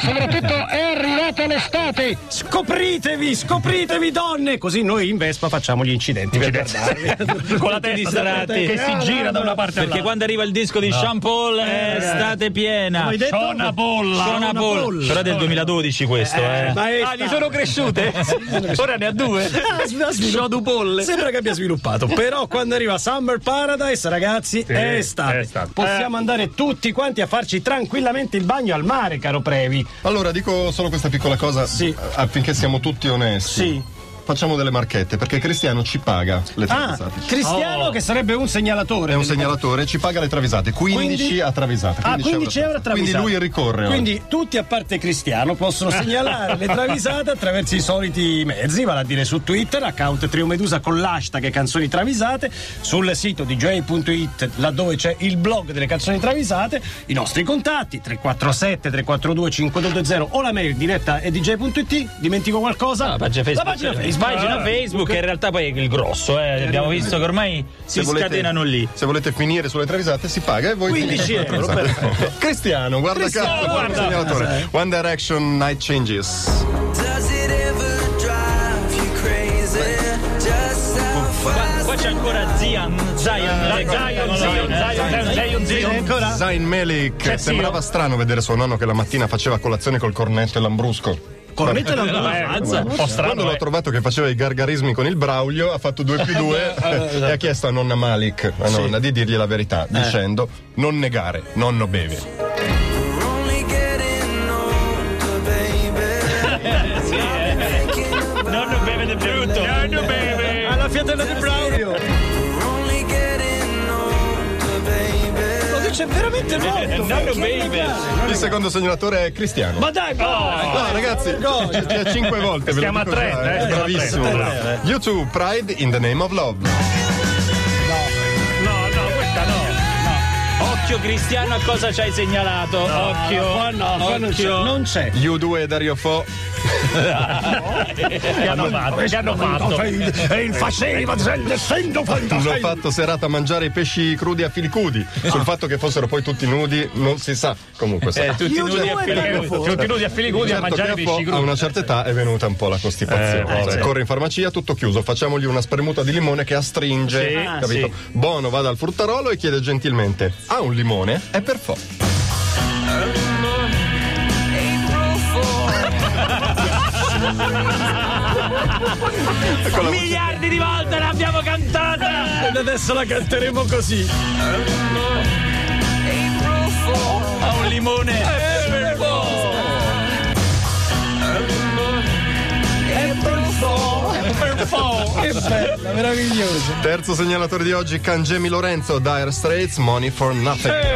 soprattutto è arrivata l'estate. Scopritevi, scopritevi donne! Così noi in Vespa facciamo gli incidenti. per guardarli. con la testa distratti. Che Eh. si gira da una parte Perché all'altra. quando arriva il disco di Sean Paul è estate Eh, piena. Come hai detto? Shona Polla. Sean Paul. Però è del 2012 questo, eh. Ma è Ah, gli sono cresciute? Ora ne ha due. Ah, Show du polle. Sembra che abbia sviluppato, però quando arriva Summer Paradise, ragazzi, è estate. è estate. Possiamo andare tutti quanti a farci tranquillamente il bagno al mare, caro Previ. Allora, dico solo questa piccola cosa Sì. affinché siamo tutti onesti. Sì. Facciamo delle marchette perché Cristiano ci paga le Ah, travisate. Cristiano che sarebbe un segnalatore. è un quindi- segnalatore, ci paga le travisate, 15 Quindi- a travisate. Ah, 15 euro a travisata. Quindi lui ricorre. Quindi tutti a parte Cristiano possono segnalare le travisate attraverso i soliti mezzi, vale a dire su Twitter, account Triomedusa con l'hashtag canzoni travisate, sul sito dj.it laddove c'è il blog delle canzoni travisate, i nostri contatti 347 342 5220 o la mail diretta e dj.it, dimentico qualcosa? La pagina Facebook. Esatto. La pagina Facebook. Pagina Ah, Facebook, che in realtà poi è il grosso, eh. Abbiamo visto che ormai si volete- scatenano lì. Se volete finire sulle travisate si paga e voi 15 finite sulle euro, Esatto. travisate. Cristiano, guarda Cristiano, cazzo, guarda, guarda. segnalatore. One Direction Night Changes. Does it ever drive you crazy? Just how Qua, fast qua c'è ancora Zion. Eh, Zion, Zion, Zion, Zion, Sì, ancora? Zain Melik. Sembrava strano vedere suo nonno che la mattina faceva colazione col cornetto e l'ambrusco. Cornetto e l'ambrusco. Mazza. Un po' Quando strano. l'ho eh. trovato che faceva i gargarismi con il Braulio, ha fatto 2 più 2 Ah, esatto. e ha chiesto a nonna Malik, a nonna, di dirgli la Eh. verità, dicendo non negare, nonno beve. we're only getting older, baby. Thinking about Nonno beve di brutto. Nonno beve. Alla fiatella di Braulio. we're only getting older, baby. Lo dice veramente l'uomo. Nonno beve. Il secondo segnalatore è Cristiano. Ma dai, dai. Oh. No, ragazzi, c'è 5 volte. Si ve lo chiama dico trend, già, eh, è si chiama Bravissimo. trend. YouTube Pride in the Name of Love. No, no, questa no. Occhio Cristiano a cosa ci hai segnalato. eh, Occhio. Qua no, qua non c'è. occhio. Non c'è. U2 e Dario Fo. Che hanno fatto? Eh, Che hanno fatto? E il faceva essendo Hanno fatto serata a mangiare i pesci crudi a filicudi. Sul fatto che fossero poi tutti nudi, non si sa. Comunque, sa. Ah. Eh, tutti Io nudi due a perché- filo. Sono tenuti a fili cudi a Certo mangiare che a Fo pesci a crudi. una certa età è venuta un po' la costipazione. Eh, Cioè, sì. Corre in farmacia, tutto chiuso. Facciamogli una spremuta di limone che astringe. Sì, ah, capito? sì. Bono va dal fruttarolo e chiede gentilmente: Ha un limone? È per Fo. April Fool. Miliardi di volte l'abbiamo cantata. Ed adesso la canteremo così. April Fool. Ha un limone. Che bella, meravigliosa. Terzo segnalatore di oggi, Cangemi Lorenzo, Dire Straits, Money for Nothing.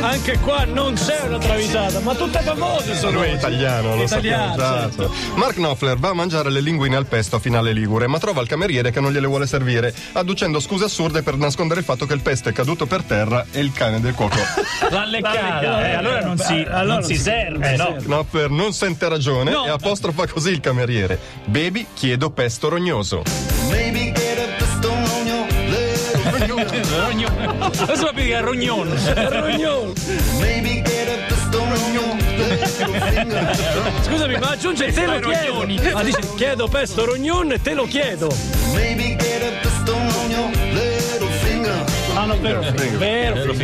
Anche qua non c'è una travisata, ma tutte famose sono Lui è queste. italiano, lo Italiano, sappiamo. certo. esatto. Mark Knopfler va a mangiare le linguine al pesto a finale ligure, ma trova il cameriere che non gliele vuole servire, adducendo scuse assurde per nascondere il fatto che il pesto è caduto per terra e il cane del cuoco. L'ha leccata. Eh, allora non si, non si serve, no? Knopfler non sente ragione e apostrofa così il cameriere. Baby, chiedo pesto rognoso. Lo so perché è rognone. Rognone. Scusami, ma aggiunge te lo chiedo. Ma dice chiedo pesto rognone, te lo chiedo. Ah, no, vero. Vero.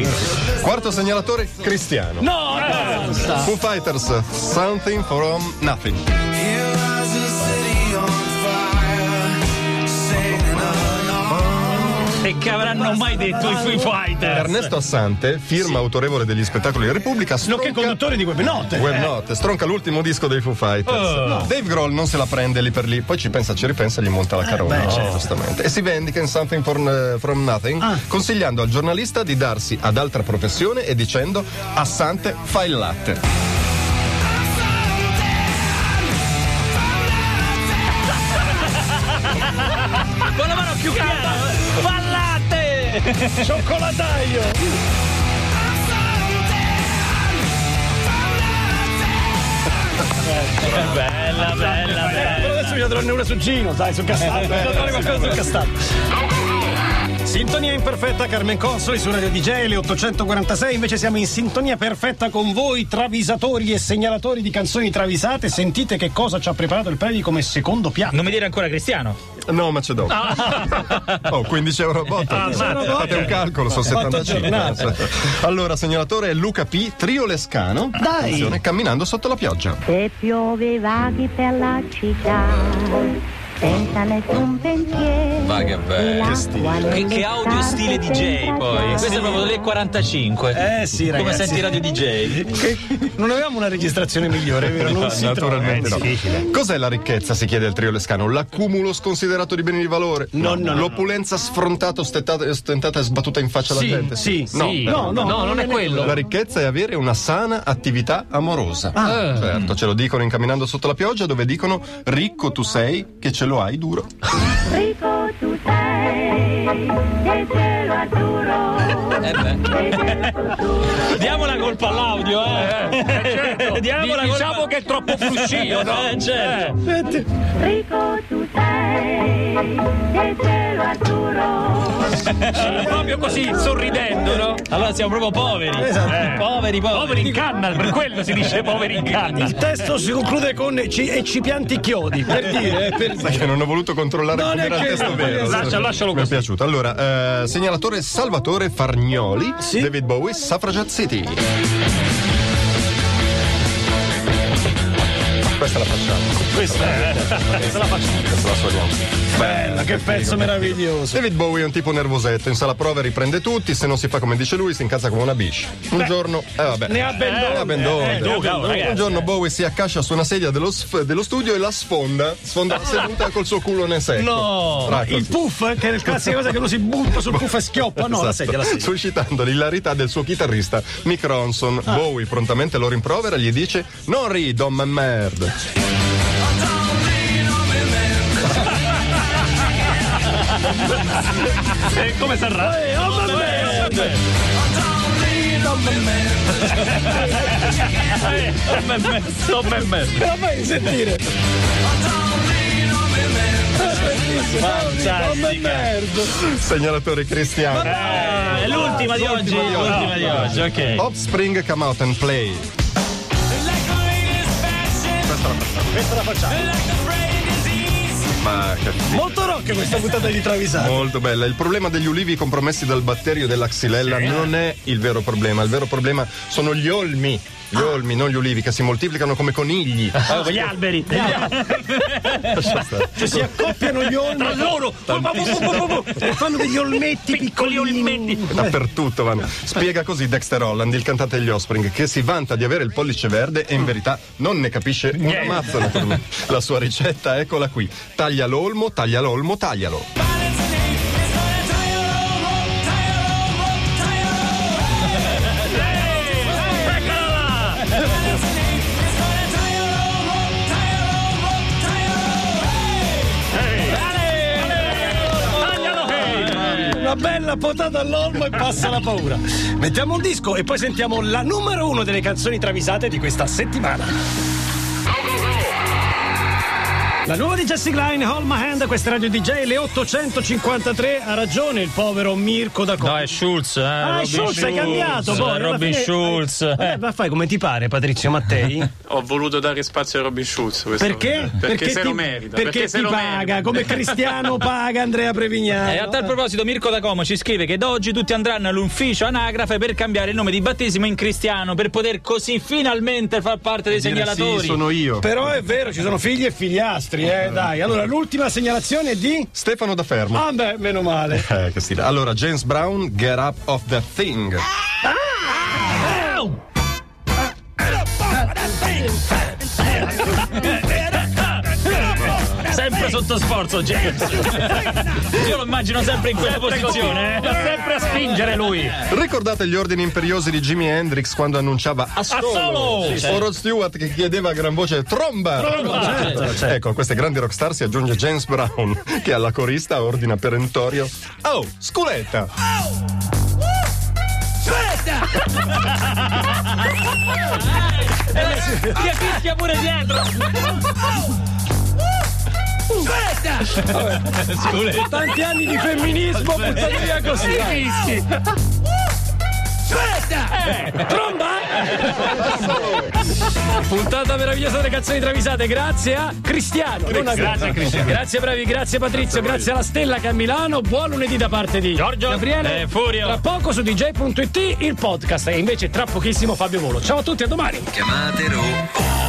Quarto segnalatore, Cristiano. No, Ah. no. Foo Fighters, Something from Nothing. Here lies a city on fire, singing along. E che avranno mai detto i Foo Fighters? Ernesto Assante, firma autorevole degli spettacoli di Repubblica, Nonché stronca conduttore di eh. Web Note. Web Not, stronca l'ultimo disco dei Foo Fighters. Oh, Dave Grohl non se la prende lì per lì, poi ci pensa, ci ripensa, gli monta la carona. giustamente. E si vendica in Something for- eh, from Nothing, consigliando al giornalista di darsi ad altra professione e dicendo: Assante, fai il latte. Con la mano più chiara. Ballate! Cioccolataio. Bella, bella, bella. Eh, Adesso bisogna trovarne una su Gino, dai, su Castagno. Bisogna trovare qualcosa su Castagno. Sintonia imperfetta, Carmen Consoli su Radio DJ, le 846. Invece siamo in sintonia perfetta con voi, travisatori e segnalatori di canzoni travisate. Sentite che cosa ci ha preparato il Previ come secondo piatto. Non mi dire ancora Cristiano. No, ma c'è dopo. Oh, 15 euro a botta. Fate un calcolo, sono Quattro 75. Ah, giornate. Allora, segnalatore è Luca P, trio lescano. Dai. Attenzione, camminando sotto la pioggia. Se piove vaghi per la città, senza nessun pensiero. Va che bello. L'acqua Che stile. nelle Che, che audio scarpe stile DJ senza poi. fiato. Questo è proprio le 45. Eh sì, Come ragazzi. senti radio DJ? Non avevamo una registrazione migliore, vero? Non si Naturalmente trova. eh, no. Cos'è la ricchezza? Si chiede al trio Lescano. L'accumulo sconsiderato di beni di valore? No, no, no. L'opulenza sfrontata, ostentata, ostentata e sbattuta in faccia alla gente? Sì, sì. No, no, no, No, non è quello. La ricchezza è avere una sana attività amorosa. Ah. Certo, ce lo dicono in Camminando sotto la pioggia, dove dicono ricco tu sei che ce lo hai duro. Rico tu sei, del cielo azzurro. Eh beh. Diamo la colpa all'audio, eh. Diamo la colpa- diciamo che è troppo fruscio, no? Eh, certo. Rico tu sei, del cielo azzurro. Proprio così, sorridendo, no? Allora siamo proprio poveri. Eh. Poveri, poveri. Poveri in canna, per quello si dice poveri in canna. Il testo si conclude con ci, e ci pianti chiodi, per dire, eh, per Sai che non ho voluto controllare Non come è era il che- testo vero. Lascia- lascialo Mi è così. piaciuto. Allora, eh, segnalatore Salvatore Fargnoli, David Bowie, Suffragette City. Questa la facciamo. Questa la suoniamo. bella, che pezzo meraviglioso. David Bowie è un tipo nervosetto, in sala prove riprende tutti, se non si fa come dice lui si incazza come una biscia. Un giorno, eh vabbè. Ne ha ben Ne ha ben donde. eh, oh, cavolo, ragazzi, un giorno Bowie si accascia su una sedia dello, sf- dello studio e la sfonda, sfonda la seduta col suo culo nel secco. No, Tra- il puff, eh, che è la classica cosa che uno si butta sul puff e schioppa. No, la Esatto. sedia, la sedia. Suscitando l'ilarità del suo chitarrista Mick Ronson. Ah. Bowie prontamente lo rimprovera e gli dice: Non rido, ma merda. Eh, come sarà? oh, Fammi sentire. Segnalatore cristiano. È l'ultima di oggi. L'ultima di oggi. L'ultima di oggi, ok. Offspring come out and play. Ma che figo. Molto rock questa puntata di Travisano. Molto bella. Il problema degli ulivi compromessi dal batterio della xylella non è il vero problema. Il vero problema sono gli olmi. Gli olmi, non gli ulivi, che si moltiplicano come conigli. Allora, Oh, gli alberi. Si accoppiano gli Tra olmi loro. e fanno degli olmetti Piccoli piccoli olmetti. Dappertutto vanno. Spiega così Dexter Holland, il cantante degli Offspring, che si vanta di avere il pollice verde e in verità non ne capisce una mazza. naturalmente. La sua ricetta, eccola qui: taglia l'olmo, taglia l'olmo, taglialo. Una bella potata all'olmo e passa la paura. Mettiamo un disco e poi sentiamo la numero uno delle canzoni travisate di questa settimana. La nuova di Jesse Klein, Hold My Hand, questa è Radio DJ, le 853, ha ragione il povero Mirko da No, è Schulz, eh. Ah, Robin Schulz è Schulz, cambiato poi. alla Robin fine- Schulz. Vabbè, eh. ma fai come ti pare, Patrizio Mattei? Ho voluto dare spazio a Robin Schulz. questa Perché? volta. Perché, se ti- lo merita. Perché, se ti lo paga, merita. come Cristiano paga Andrea Prevignano. E a tal proposito Mirko da Como ci scrive che da oggi tutti andranno all'ufficio anagrafe per cambiare il nome di battesimo in cristiano per poter così finalmente far parte dei Dire, segnalatori. Sì, sono io. Però è vero, ci sono figli e figliastri, eh, dai. Allora, l'ultima segnalazione è di... Stefano da Fermo. Ah beh, meno male. Eh, che stile. Allora, James Brown, get up of that thing. Sempre sotto sforzo, James. Io lo immagino sempre in quella posizione. eh. Sempre a spingere lui. Ricordate gli ordini imperiosi di Jimi Hendrix quando annunciava a solo? solo! Sì, Certo. O Rod Stewart che chiedeva a gran voce tromba! Certo, Ecco, a queste grandi rockstar si aggiunge James Brown che alla corista ordina perentorio Oh, sculetta! Ti fischia pure dietro. Scusa. Tanti anni di femminismo buttati via così. Puntata meravigliosa delle canzoni travisate, grazie a Cristiano. non a- Grazie, Cristiano. Grazie bravi, grazie Patrizio, grazie alla Stella che è a Milano. Buon lunedì da parte di Giorgio Gabriele. eh, Furio. Tra poco su dj.it il podcast e invece tra pochissimo Fabio Volo. Ciao a tutti, a domani.